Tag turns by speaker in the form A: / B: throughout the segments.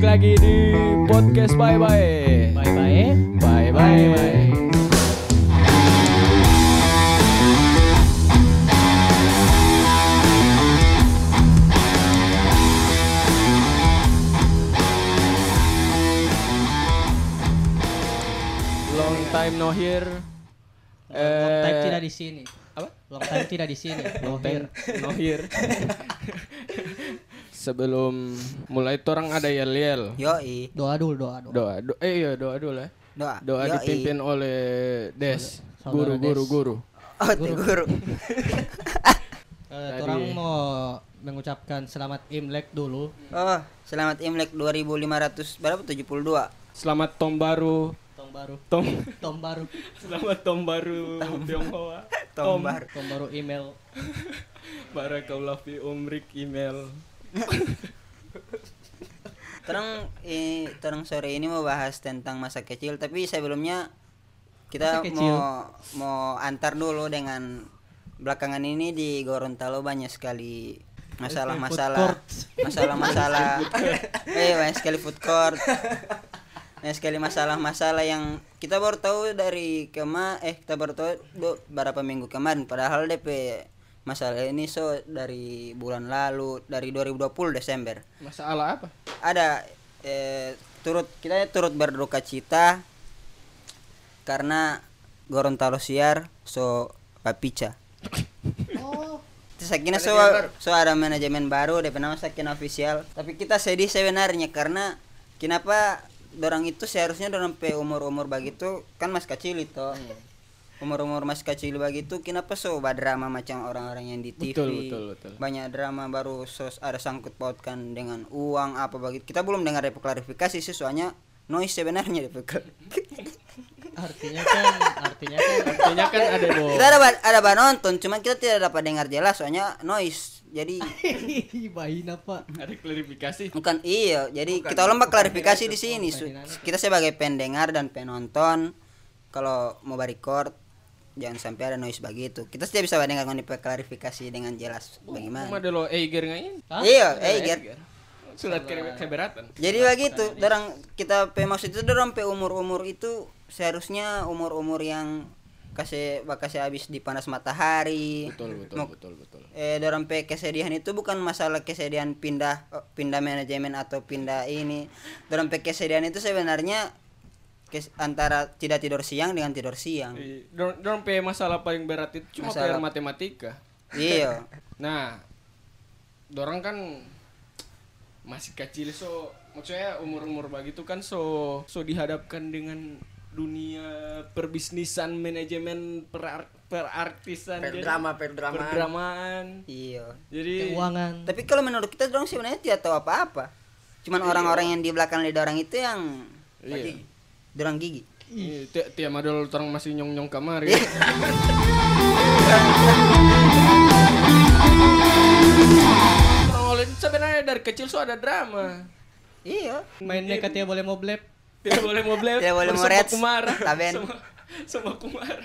A: lagi di podcast Bye Bye.
B: Bye bye.
A: Bye Bye. Long time no here.
B: Long time
A: Eh,
B: tidak di sini.
A: apa?
B: Long time tidak di sini.
A: Long time Eh, no here. Sebelum mulai torang ada yel-yel.
C: Yoi,
B: Doa dulu, doa dulu.
A: Doa, do, eh iya doa dulu ya.
C: doa.
A: Doa
C: Yoi.
A: dipimpin oleh Des,
B: Saudara
A: guru
B: Des.
A: guru guru.
C: Oh, teh guru.
B: Eh,
A: Tadi.
B: orang Eh, mau mengucapkan selamat Imlek dulu.
C: Oh, selamat Imlek 2500 berapa? 72.
A: Selamat tahun baru,
B: Tom baru.
A: Tom.
B: Tom baru.
A: Selamat tahun baru Tionghoa.
C: Tahun baru.
B: Tom baru email.
A: Barakallah fi umrik email.
C: Terang eh terang sore ini mau bahas tentang masa kecil, tapi sebelumnya kita
B: Masa kecil.
C: mau mau antar dulu dengan belakangan ini di Gorontalo banyak sekali masalah-masalah
B: court.
C: masalah-masalah eh banyak sekali food court banyak sekali masalah-masalah yang kita baru tahu dari kema eh kita baru tahu do- berapa minggu kemarin padahal DP masalah ini so dari bulan lalu dari 2020 Desember
A: Masalah apa?
C: ada eh, turut kita turut berduka cita karena Gorontalo siar so papica. Terus akhirnya so, so ada manajemen baru DP nama sakin official. Tapi kita sedih sebenarnya karena kenapa dorang itu seharusnya dorang pe umur-umur begitu kan mas kecil itu.
A: Iya.
C: Umur-umur mas kecil begitu kenapa so drama macam orang-orang yang di TV.
A: Betul, betul, betul.
C: Banyak drama baru sos ada sangkut pautkan dengan uang apa begitu. Kita belum dengar DP klarifikasi sih soalnya noise sebenarnya DP.
B: Artinya kan, artinya kan.
A: Artinya kan ada bo.
C: kita ada ba- ada nonton cuman kita tidak dapat dengar jelas soalnya noise. Jadi
B: Bahin apa?
A: Ada klarifikasi.
C: Bukan iya, jadi kita lomba klarifikasi di sini. Su. Kita sebagai pendengar dan penonton kalau mau record jangan sampai ada noise begitu. Kita tidak bisa mendengar klarifikasi klarifikasi dengan jelas
A: Cuma
C: bagaimana.
A: Oh, ada lo Eiger ngain.
B: Hah? ya,
C: Iya, eh Ger.
A: Surat kere- keberatan.
C: Jadi begitu, dorang kita pe maksud itu dorang pe umur-umur itu seharusnya umur-umur yang kasih bakasih habis di panas matahari.
A: Betul betul
C: Mau-
A: betul betul.
C: eh dorang pe kesedihan itu bukan masalah kesedihan pindah eh, pindah manajemen atau pindah ini dorang pe kesedihan itu sebenarnya kes- antara tidak tidur siang dengan tidur siang
A: Iya. Dorong dorong pe masalah paling berat itu cuma PR
C: Masalah.
A: matematika.
C: iya
A: Nah, dorang kan masih kecil so maksudnya umur-umur begitu kan so so dihadapkan dengan dunia perbisnisan, manajemen, per perartisan, jadi-
D: Perdrama, perdramaan.
A: perdramaan.
C: iya
A: Jadi
B: Keuangan.
C: tapi kalau menurut kita dorang sebenarnya tidak tahu apa-apa cuman orang-orang yang di belakang lidah orang itu yang
A: iya.
C: dorang gigi
A: Iya, ti- tiap madol orang masih nyong-nyong kamari. Orang oleh sebenarnya dari kecil so ada drama.
C: iya
B: Mainnya katanya boleh mau blep.
A: Tidak boleh mau blef.
C: Tidak boleh
A: baru
C: mau
A: sama
C: reds.
A: Kumara.
C: Taben.
A: Sama, sama Kumara.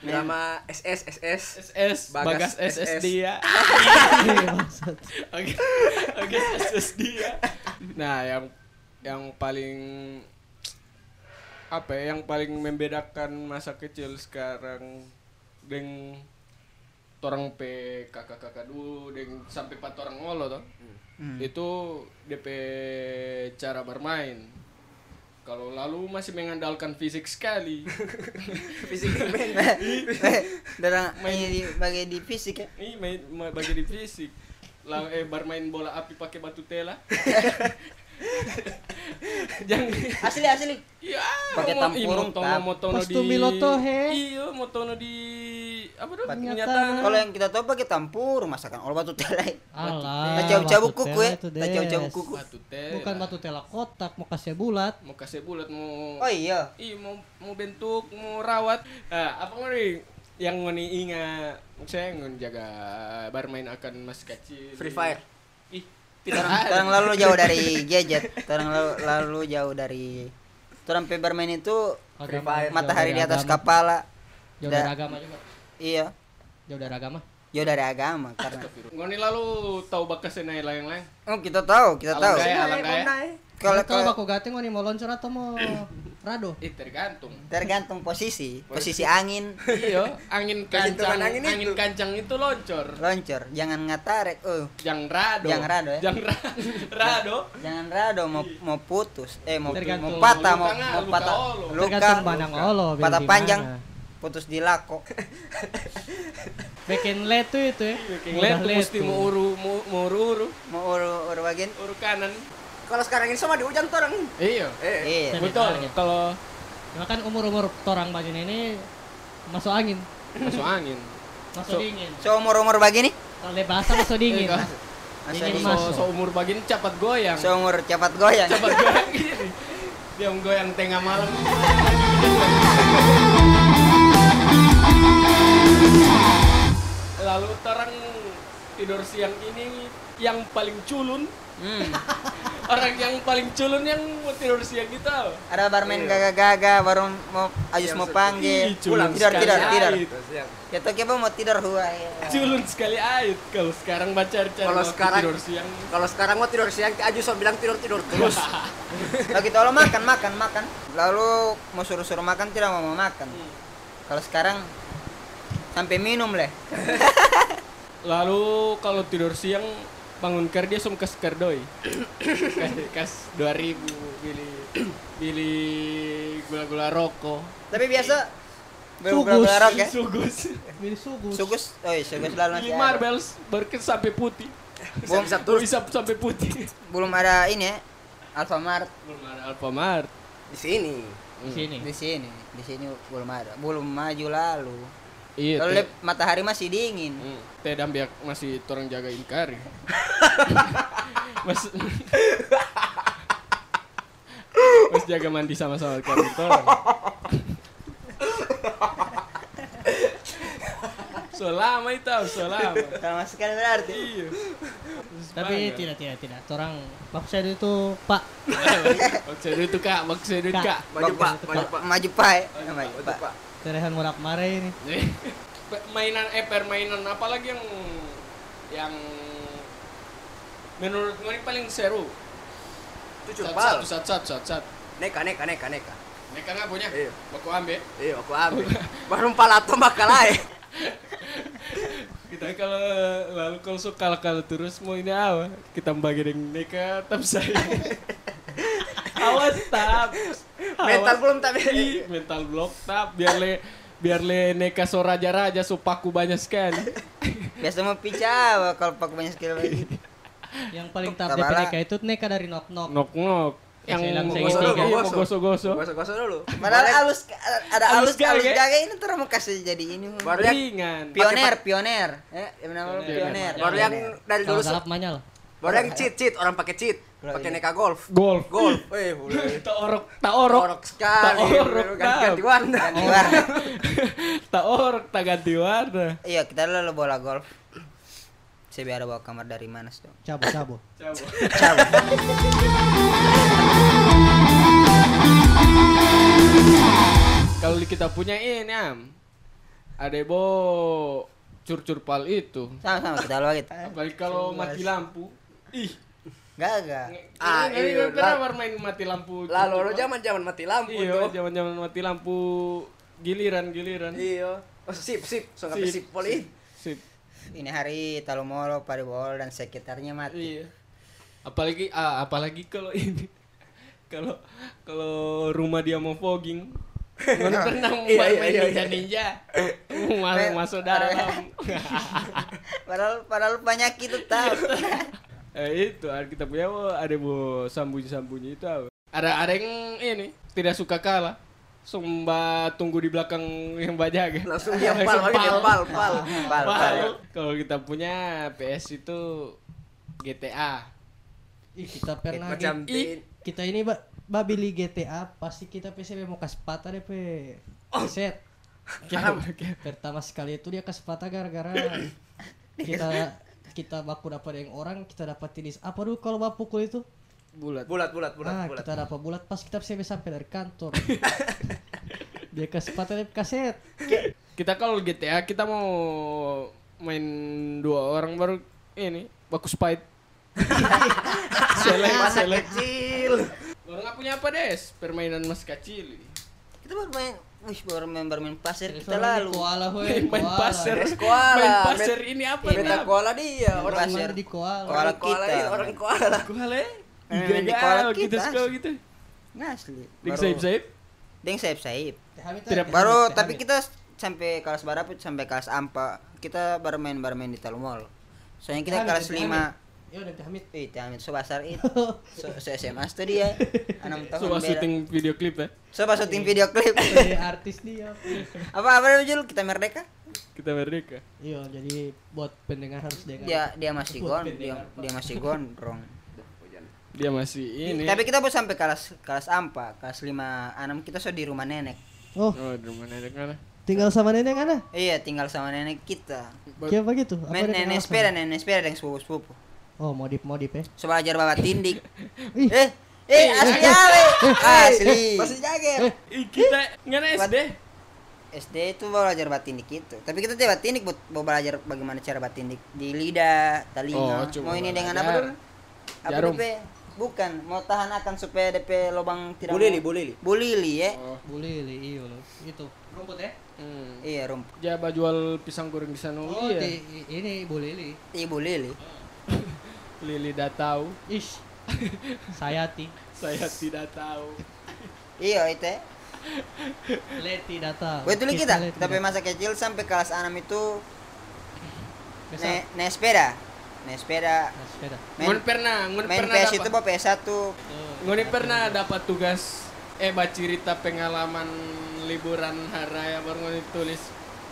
D: drama SS SS
A: SS bagas,
D: Bagas
A: SS
D: SS.
A: dia.
B: Iya, maksud.
A: Oke. Oke SS dia. Nah, yang yang paling apa ya, yang paling membedakan masa kecil sekarang deng torang pe kakak-kakak dulu deng sampai empat orang ngolo toh.
C: Hmm.
A: Itu DP cara bermain. Kalau lalu masih mengandalkan fisik sekali.
D: fisik men
C: dorang ini di- bagai di fisik ya
A: Ini main ma- bagi di fisik. Lah eh bermain bola api pakai batu tela. Jangan
C: asli asli
A: Iya,
C: Pakai
A: mau- ih,
C: tampurung,
A: motono-
C: tap.
A: motono
B: Pas tu miloto, he.
A: Iya, motono di apa tuh?
B: Batu-
A: Kenyataan.
C: kalau yang kita tahu pakai tampur masakan obat batu telai
B: Alah.
C: Tak
B: batu
C: cabut-cabut kuku
B: tela
C: ya.
B: itu,
C: Tak cabut-cabut
B: Des.
C: kuku.
A: batu tela.
B: Bukan batu tela kotak, mau kasih bulat.
A: Mau kasih bulat mau
C: Oh iya.
A: Iya mau mau bentuk mau rawat Ah, apa ngoni yang ngoni ingat saya ngoni jaga bermain akan mas kecil
D: Free Fire.
A: ih tidak ada
C: Terang lalu jauh dari gadget. Terang lalu, lalu jauh dari Terang pe bermain itu
D: Free Fire.
C: matahari di atas
B: kapal
C: kepala.
B: Jauh dari
C: Da-
B: agama juga.
C: Iya.
B: Jauh dari agama.
C: Jauh dari agama karena
A: ngoni lalu tahu bakas lain lain lain
C: Oh, kita tahu, kita tahu.
A: Iya, Alangkah ya, alangkah ya.
C: kalau
B: kalau
C: kalau
B: baku gateng mau nih mau loncor atau mau rado?
A: Ih, tergantung.
C: tergantung posisi, posisi angin
A: Iya, angin
D: Kecentuhan
A: kancang,
D: angin
A: angin,
D: itu.
A: kancang itu loncor.
C: loncor, jangan ngatarek. Eh,
A: Jang rado.
C: Jang rado, ya?
A: Jang ra- rado.
C: jangan rado mau mau putus. Eh mau
B: Tergantung.
C: mau patah mau,
A: Luka nggak?
C: mau
A: Luka
C: patah.
A: olo.
B: Tergantung banang olo,
A: Oh,
B: biar
C: Patah
B: gimana.
C: panjang. Putus di lako.
B: Bikin led tuh itu ya.
A: Ngeliat
B: Mudah
A: mesti
B: tuh.
A: mau uru mau, mau uru uru
C: Mau uru uru bagian.
A: uru kanan.
D: Kalau sekarang ini sama di hujan torang.
A: Iya.
D: Eh,
C: Iya.
B: Tapi
A: Betul.
B: orangnya.
A: Kalau
B: Cuma kan umur-umur torang bajunya ini masuk angin,
A: masuk angin. So-
B: masuk dingin.
C: So umur umur begini,
B: Kalau basah masuk dingin.
A: Iya,
B: Nah,
C: Masuk
A: Ini
B: dingin
A: so,
B: masuk.
A: so umur bagin cepat goyang.
C: so umur cepat goyang.
A: Cepat goyang gini. Dia goyang tengah malam. Lalu terang tidur siang ini yang paling culun
C: Hmm.
A: orang yang paling culun yang mau tidur siang kita
C: Ada barmain
D: Iya.
C: gaga-gaga baru mau Ajus
D: Yang
C: mau
D: sedih.
C: panggil.
A: Iya, Ih,
C: Pulang
A: culun
C: tidur
A: sekali
C: tidur tidur.
A: ait.
D: terus yang-
C: Ya tuh kita mau tidur hua. ya.
A: culun sekali ait kalau sekarang baca cari
D: Kalau
A: waktu
D: sekarang-
A: tidur siang
D: Kalau sekarang mau tidur siang, Ki Aju so bilang tidur tidur terus.
C: Lalu kita lo makan makan makan. Lalu mau suruh suruh makan tidak mau mau makan.
A: Hmm.
C: Kalau sekarang sampai minum leh.
A: lalu kalau tidur siang bangun ker dia sum kas kerdoi kas- kas 2000 pilih pilih gula-gula rokok
C: Tapi biasa
B: Sugus.
C: berbarok ya.
A: sugus
B: Milih sugus.
C: Sugus, oh iya, sugus lalu masih
A: pilih
C: ada.
A: marbles berkes sampai putih
D: Bisa bisa
A: Tuh
D: terus
A: bisa sampai putih
C: Belum ada ini ya. Alfamart
A: belum ada Alfamart
D: di sini.
A: Hmm.
B: Di sini.
C: di sini, di sini belum ada. Belum maju lalu.
A: iya
C: Lalu
A: teh.
C: lihat matahari masih dingin.
A: Hmm, teh dan biak masih orang jaga inkari mas mas jaga mandi sama-sama kami torang selama itu selama
C: Sama sekali berarti.
A: iya
B: Tapi tidak tidak tidak. Torang maksud itu Pak.
A: maksud itu kak maksud itu kak
D: Maju Pak, maju Pak.
C: Maju Pak. ya. Maju
D: Maju
C: Pak.
D: Pak.
B: Terehan murak mare ini.
A: Pe- mainan eh permainan apalagi yang yang menurut gue ini paling seru
D: Itu
A: satu
D: curpal.
A: satu satu satu satu, satu.
D: Neka neka neka neka.
A: Mereka nggak punya,
D: Iya.
A: baku ambil.
D: Iya, aku ambil. Baru palato bakal ae.
A: Kita kalau lalu kalau so kalah kalah terus mau ini apa? Kita bagi dengan mereka tapi saya. Awas tap.
D: Mental
A: Awas.
D: belum tapi.
A: Ih, mental block tap biar le biar le neka soraja raja supaku banyak sekali.
C: Biasa mau picah kalau pakai banyak skill gitu. lagi.
B: Yang paling tahap
C: Tabala.
B: DPDK itu neka dari knock knock.
A: Nok nok. Yang
B: Saya bilang
A: mau
B: saya
A: gosok
B: ketiga.
A: iya, mau gosok gosok.
D: Gosok-gosok dulu.
C: Padahal alus ada
A: Alus
C: alus alus
A: sekali, ya.
C: jaga ini terus mau kasih jadi ini.
D: Baru yang
A: Ringan.
C: Pioner, pioner. Eh, yang namanya
A: Pioner.
C: pioner.
D: baru yang dari dulu
B: Kalau galap manyal.
D: baru yang cheat cheat orang pakai cheat, pakai neka golf.
A: Golf.
D: Golf. Eh, boleh.
A: Tak orok, tak orok.
D: Orok sekali.
A: Orok,
D: Ganti ganti
A: tau.
D: warna.
C: Di luar.
A: Tak orok, tak ganti warna.
C: Iya, kita dulu bola golf. Saya biar bawa kamar dari mana dong.
B: Cabo cabo.
A: Coba. Kalau di kita punya ini am, ada bo curcur pal itu.
C: Sama-sama kita luar gitu.
A: Apalagi kalau mati lampu. Ih,
C: Gagal.
A: ah,
D: Ah,
A: iya,
D: iya,
A: pernah
D: la-
A: main mati lampu.
D: Lalu lo zaman zaman mati lampu
A: Iya,
D: tuh.
A: zaman-zaman mati lampu giliran-giliran.
D: Iya. Oh, sip sip, so nggak sip poli.
A: Sip.
C: Ini hari Talumolo, Paribol dan sekitarnya mati.
A: Iya. Apalagi ah, apalagi kalau ini. Kalau kalau rumah dia mau fogging, Nggak pernah
D: Iya, iya,
A: main
D: iya, iya.
A: ninja ninja. Masuk masuk dalam.
C: Padahal padahal banyak itu tahu.
A: Iya. Eh itu ada kita punya wo, ada bu sambunyi sambunyi itu apa? Ada ada yang ini tidak suka kalah. Sumba tunggu di belakang yang bajaga.
D: Langsung oh, iya. dia pal, lagi dia pal
C: Nah,
D: pal.
C: Pal, pal.
D: ya.
A: Kalau kita punya PS itu GTA.
B: Ih, kita pernah
D: Macam
B: gitu.
D: di-
B: kita ini ba, ba beli GTA pasti kita PCB mau kas patah deh pe. Set. Pertama sekali itu dia kas patah gara-gara kita kita baku dapat yang orang kita dapat tilis apa dulu kalau bapak pukul itu
A: Bulat.
D: Bulat bulat bulat
B: ah
D: bulat.
B: kita dapat bulat pas kita PCB sampai dari kantor dia kas patah deh kaset
A: Kita kalau GTA kita mau main dua orang baru ini bagus fight. selek,
D: Masa
A: selek.
D: kecil. kecil.
A: Orang nggak punya apa des? Permainan mas kecil.
C: Kita baru main, wih baru main baru main pasir
A: Iya,
B: Jadi
C: kita
B: soalnya
C: lalu.
B: di koala hoi,
A: Main, main
B: koala.
A: pasir.
D: Des koala.
A: Main pasir ini apa?
C: Iya,
A: Nam?
D: Beta koala dia,
B: Orang
D: orang
C: pasir.
B: di koala.
C: Koala
D: koala
C: kita.
D: ini, orang koala.
A: Kuale.
C: Main-
A: Gagal
C: main di koala
A: kita
C: kita.
A: suka eh? gitu.
C: Nah asli.
A: Ding Iya,
C: Baru-
A: saib saib.
C: Deng sayap sayap.
B: Tehamit,
A: Tidak-
B: tehamit,
C: Baru
B: tehamit.
C: tapi kita sampai kelas berapa? Sampai kelas ampa. Kita baru main baru main di Talumol. Soalnya kita
B: Tehamit,
C: kelas
B: tehamit.
C: lima.
B: Ya udah tehamit.
C: Wih, jangan so basar itu. So, so SMA tuh dia. Enam tahun.
A: Coba
C: beda.
A: syuting video klip ya.
C: Coba syuting video klip.
A: Iya.
B: Jadi artis dia.
C: apa apa namanya, Jul? Kita merdeka?
A: Kita merdeka.
B: Iya, jadi buat pendengar harus
A: Iya.
B: kan. dengar.
C: Dia dia masih gon, dia, dia masih gondrong.
A: Dia masih ini.
C: Tapi kita pun sampai kelas kelas ampa, kelas 5 6 kita so di rumah nenek.
B: Oh,
A: Oh, di rumah nenek mana?
B: tinggal sama nenek Ana?
C: Iya, tinggal sama nenek kita.
A: Ba-
B: Siapa gitu? Apa
C: Main
B: ada
C: nenek
B: pengalaman?
C: sepeda, nenek sepeda dengan sepupu-sepupu.
B: Oh, modif-modif ya.
C: Coba ajar bawa tindik.
B: Ih.
C: eh, eh asli awe. Asli. Eh,
D: Masih jager.
A: Ih, kita nggak naik SD.
C: SD itu baru belajar bawa tindik itu. Tapi kita tidak bawa tindik, buat- mau belajar bagaimana cara bawa tindik di lidah,
A: Oh,
C: telinga.
A: cuma
C: mau ini dengan apa?
A: belajar.
C: Dul? Apa
A: Jarum.
C: DP? Bukan, mau tahan akan supaya DP lubang tidak
D: Bulili,
C: mau-
D: bulili.
C: Bulili ya.
A: Oh.
B: Boleh, li, iya loh. Itu rumput ya?
A: Hmm.
C: Iya, rumput.
A: Jaba jual pisang goreng di sana.
B: Oh,
A: iya.
B: di- i- ini boleh li.
C: Iya, bulili.
A: Lili dah tahu,
B: Ish. Sayati.
A: saya tidak tahu.
C: Iya, itu ya.
B: Leti data.
C: Wah, itu
A: Iya,
C: lah kita. Tapi masa kecil sampai kelas 6 itu
B: Nek.
C: naik naik sepeda. Naik sepeda.
B: Nah, Sepeda.
A: Ngon
C: Main,
A: pernah, ngon
C: main
A: pernah
C: PS
A: dapat.
C: itu bawa PS1.
A: Ngon pernah dapat tugas eh bercerita pengalaman liburan hari yang baru ngon tulis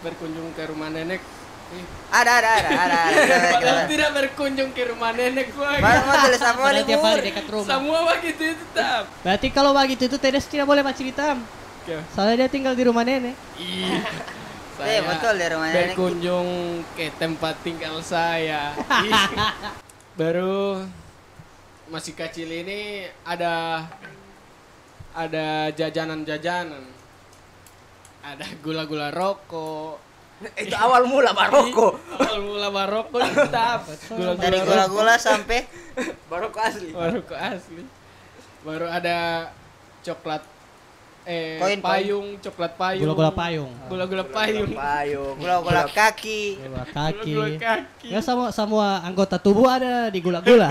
A: berkunjung ke rumah nenek. Ih,
C: Ada, ada, ada, ada. ada. Kita-
A: Padahal tidak berkunjung ke rumah nenek gua.
C: Baru mau tulis apa
B: Padahal tiap
C: libur?
B: hari dekat rumah.
A: Semua begitu itu tetap.
B: Berarti kalau begitu itu Tedes tidak boleh cerita.
A: Oke.
B: Soalnya dia tinggal di rumah nenek.
A: Ih.
C: Eh, betul di rumah nenek.
A: Iya. berkunjung ke tempat tinggal saya. Ih. Baru masih kecil ini ada ada jajanan-jajanan. Ada gula-gula rokok.
D: Itu awal mula baroko.
A: Awal mula barokok tetap.
C: Dari
A: gitu.
C: gula-gula sampai
D: Baroko asli.
A: baru ke asli baru ada coklat eh
C: Koin, koin.
A: payung coklat payung
B: Gula-gula payung.
A: gula-gula payung
D: Payung.
C: gula-gula
A: Iya.
C: kaki,
B: Gula
A: Gula-gula
B: kaki.
A: kaki.
B: Ya sama semua anggota tubuh ada di gula-gula.
C: gula-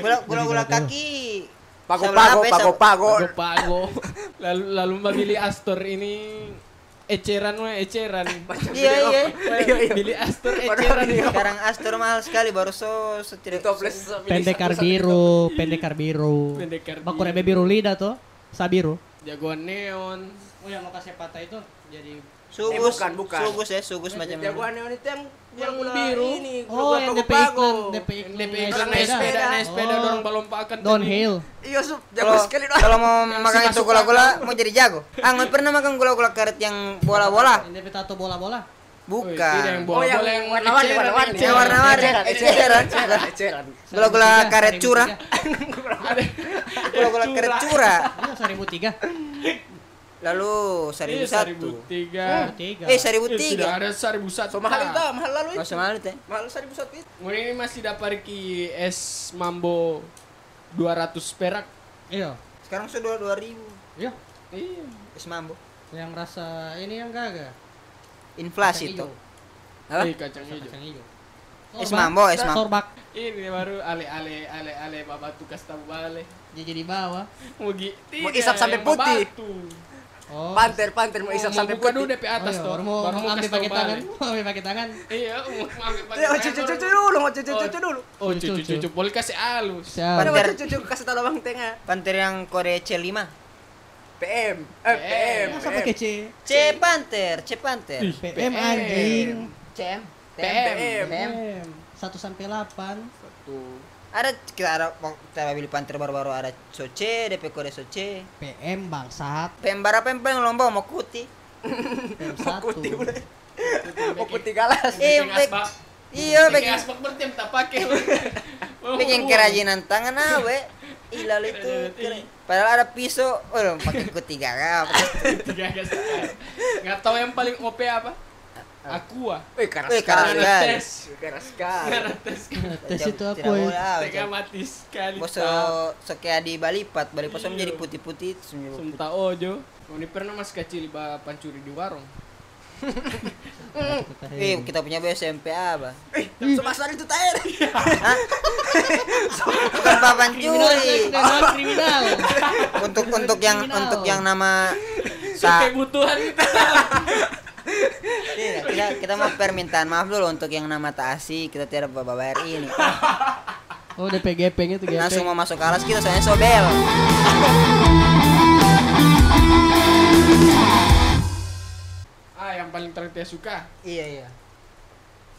A: Iya,
B: Gula-gula.
C: gula-gula kaki.
D: Pago-pago,
C: Sebelah apa ya?
D: pago-pago.
A: Pago pago lalu lalu mbak Billy Astor ini eceran weh eceran
C: Iya, iya.
A: Billy Astor eceran
C: Sekarang Astor mahal sekali baru so so
D: Jadi
C: tidak-
D: toples
B: pendekar biru, pendekar biru.
A: Pendekar biru.
B: Bakurebe biru lidah tuh. Sabiru.
A: jagoan neon
B: Oh yang mau kasih patah itu jadi
C: Sugus,
D: Eh, bukan, bukan.
C: Sugus ya, sugus macam ini.
D: Jagoan neon itu yang
A: Yang
D: gula-gula
A: biru.
D: ini,
B: Oh, yang DP
D: pago.
B: iklan, DP
A: DP
B: iklan
A: iklan naik
B: naik
A: sepeda
B: sepeda.
A: naik sepeda
B: Oh.
A: dorong balompa akan
B: downhill.
D: Iya, sup, jago
C: Kalau
D: sekali doang.
C: kalau mau
A: Yang
C: makan
A: si
C: itu
A: masuk
C: gula-gula mau jadi jago. Ah, nggak pernah makan gula-gula karet yang bola-bola?
B: Ini tato bola-bola.
A: oh,
C: Bukan.
D: Oh, yang
A: yang bola yang
D: warna-warni,
A: eceran,
D: warna-warni.
A: eceran.
C: Yang warna-warni.
D: Eceran,
C: Eceran.
D: eceran, eceran.
C: Gula-gula karet curah.
A: Ada-
C: Gula-gula karet curah.
B: Iya, seribu tiga.
C: Lalu
A: Iya,
C: seribu satu.
A: 1003
B: Tiga.
C: Eh seribu
A: Eh, Sudah
C: tiga.
A: ada seribu satu.
D: So mahal itu, mahal lalu itu.
C: Masa mahal teh?
D: Mahal seribu satu itu.
A: Mulai ini masih dapat ki es mambo 200 perak.
B: Iya.
C: Sekarang sudah dua ribu.
B: Iya.
A: Iya.
C: Es mambo.
B: Yang rasa ini yang gaga.
C: Inflasi itu. Apa?
A: Eh, kacang hijau.
B: Kacang hijau.
C: Es mambo, es mambo.
B: Sorbak.
A: Ini baru ale ale ale ale babatu kastam bale.
B: Dia jadi bawah.
A: Mugi.
D: Mau isap sampai putih.
B: Oh.
D: Panter, panter Oh, mau
A: Isap
D: isap sampai
A: buka dulu
D: putih.
A: DP atas
B: oh,
A: tuh.
B: iya, Mau
A: Baru
B: mau ambil
A: kastam
B: pakai
A: bale.
B: tangan. Mau ambil pakai tangan.
A: Iya, mau ambil pakai
D: Eh, oh, cucu, cucu dulu, mau cucu,
A: Oh.
D: cucu dulu.
A: anu. Oh, cucu cucu. Boleh kasih halus.
B: Siap.
D: Ada mau
C: Panter.
D: cucu, cucu kasih tau lubang tengah.
C: Panter yang Korea C5.
D: PM, eh PM.
B: Masa pakai C?
C: C panter, C panter.
B: PM anjing.
C: CM.
D: PM.
C: PM.
B: PM. Satu sampai delapan.
A: Satu.
C: Ada kita ada kita beli panter baru-baru ada soce, DP Korea soce.
B: PM bangsat.
C: PM berapa yang paling lomba mau kuti?
B: PM satu.
D: Putih udah. Mau putih galas.
C: Eh,
A: Bikin
C: baik.
A: asbak.
C: Iya,
A: Bikin
C: bikin
A: asbak berarti yang tak pakai. Oh,
C: bikin kerajinan tangan awe. Ilal itu. keren. Padahal ada pisau, oh pakai kuti gagap.
A: Tiga gas. Enggak tahu yang paling OP apa? Aqua.
D: Wih, keras
C: Wih, keras
D: sekali.
C: sekali.
A: Tes.
D: Keras sekali.
A: Narates kan.
B: Tes itu
C: Tidak
B: aku
C: boleh,
B: ya.
C: ah,
A: Tengah
C: macam-
A: mati sekali.
C: Bos oh.
A: tak.
C: sekaya di balipat, balipat
A: Iya.
C: sama jadi putih-putih itu semua jadi putih.
A: Sumta ojo. Ini pernah mas kecil iba pancuri di warung.
C: Eh, kita punya be SMP apa?
D: Ih, Semasar itu tair.
C: Bukan papan curi.
B: Kriminal, kriminal.
C: Untuk untuk yang
B: Kriminal.
C: untuk yang nama
A: Suka
C: tak
A: kebutuhan kita.
C: Tidak, iya, kita kita mau permintaan maaf dulu untuk yang nama tak asik kita tidak bayar ini.
B: Oh, DPGP gitu GP.
C: Langsung mau masuk kelas kita soalnya sobel.
A: Ah yang paling terakhir dia suka.
C: Iya iya.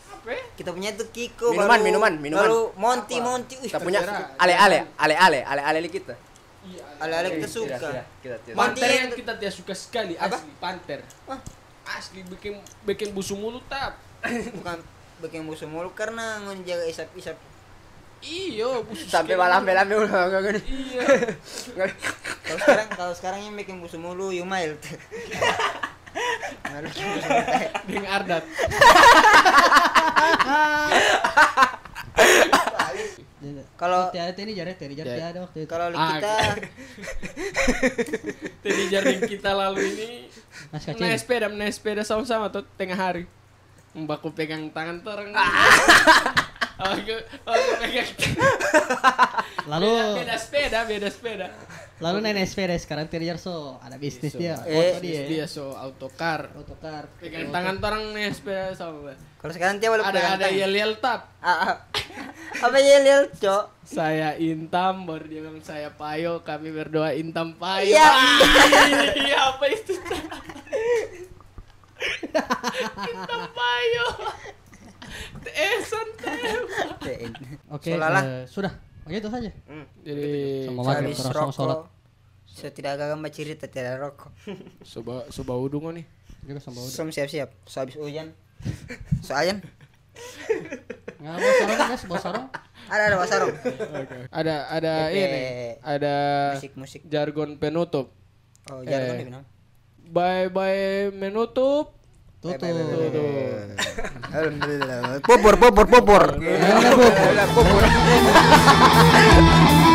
A: Apa? ya?
C: Kita punya itu Kiko
D: Minuman,
C: baru,
D: minuman, minuman.
C: Baru Monty Monty. Wih,
D: Kita punya
A: Terserah.
D: ale-ale, ale-ale, ale-ale kita.
A: Iya.
C: Ala-ala kita
D: Tidak,
C: suka.
D: tidak, Kita tidak.
C: Man-
A: Panter
C: Panter
A: yang
C: itu-
A: kita dia suka sekali asli panter.
C: Wah.
A: Asli bikin bikin busu mulut tap.
C: Bukan bikin musuh mulu karena ngejaga isap-isap.
A: Iyo, busu
D: Sampai
A: sekali.
D: malam belam ulang.
A: Iya.
C: Kalau sekarang kalau sekarang yang bikin musuh mulu Yumail. tuh. Malu bikin musuh mulu.
A: Dengan Ardat.
C: Kalau-
B: tiada ini jarak dari jarak
A: Jarak.
B: tiada waktu itu.
C: Kalau
A: Ah,
C: kita
A: Tadi jaring kita lalu ini
B: Mas kecil.
A: naik sepeda, naik sepeda sama-sama tuh tengah hari. Mbakku pegang tangan terang. aku, aku pegang
B: Lalu
A: beda, beda sepeda, beda sepeda.
B: lalu nenek sepeda sekarang tiada so ada bisnis dia. Foto
C: Eh,
B: dia.
A: Dia so autocar.
B: Otokar.
A: Pegang tangan terang naik sepeda sama.
C: kalau sekarang tiap
A: Ada ada yel-yel tap.
C: Ah, Apa yel-yel, Cok?
A: Saya Intam, baru dia bilang saya Payo, kami berdoa Intam Payo.
C: Iya.
A: Wah, Iya, apa itu? Intam Payo. Eh, santai.
B: Oke,
C: Solalah.
B: eh, sudah. Oke, itu saja.
A: Jadi
B: Sama maghrib
C: Habis
B: terus langsung sholat.
C: rokok. Saya tidak agak gambar cerita tidak rokok.
A: coba coba udung nih.
B: Juga sama udah.
C: Som siap-siap. So habis hujan. Soalnya
B: Nggak mau sorong guys, mau sorong.
C: ada ada wasarong.
A: Eh. Ada ada
C: Epe.
A: ini, ada
C: Musik-musik.
A: jargon penutup.
C: Oh,
A: Eh.
C: jargon dia bilang.
A: Bye bye menutup.
C: Eh,
B: Tutup.
A: Tutup.
C: Popor popor popor.
B: Ayo, Bu.
C: Popor.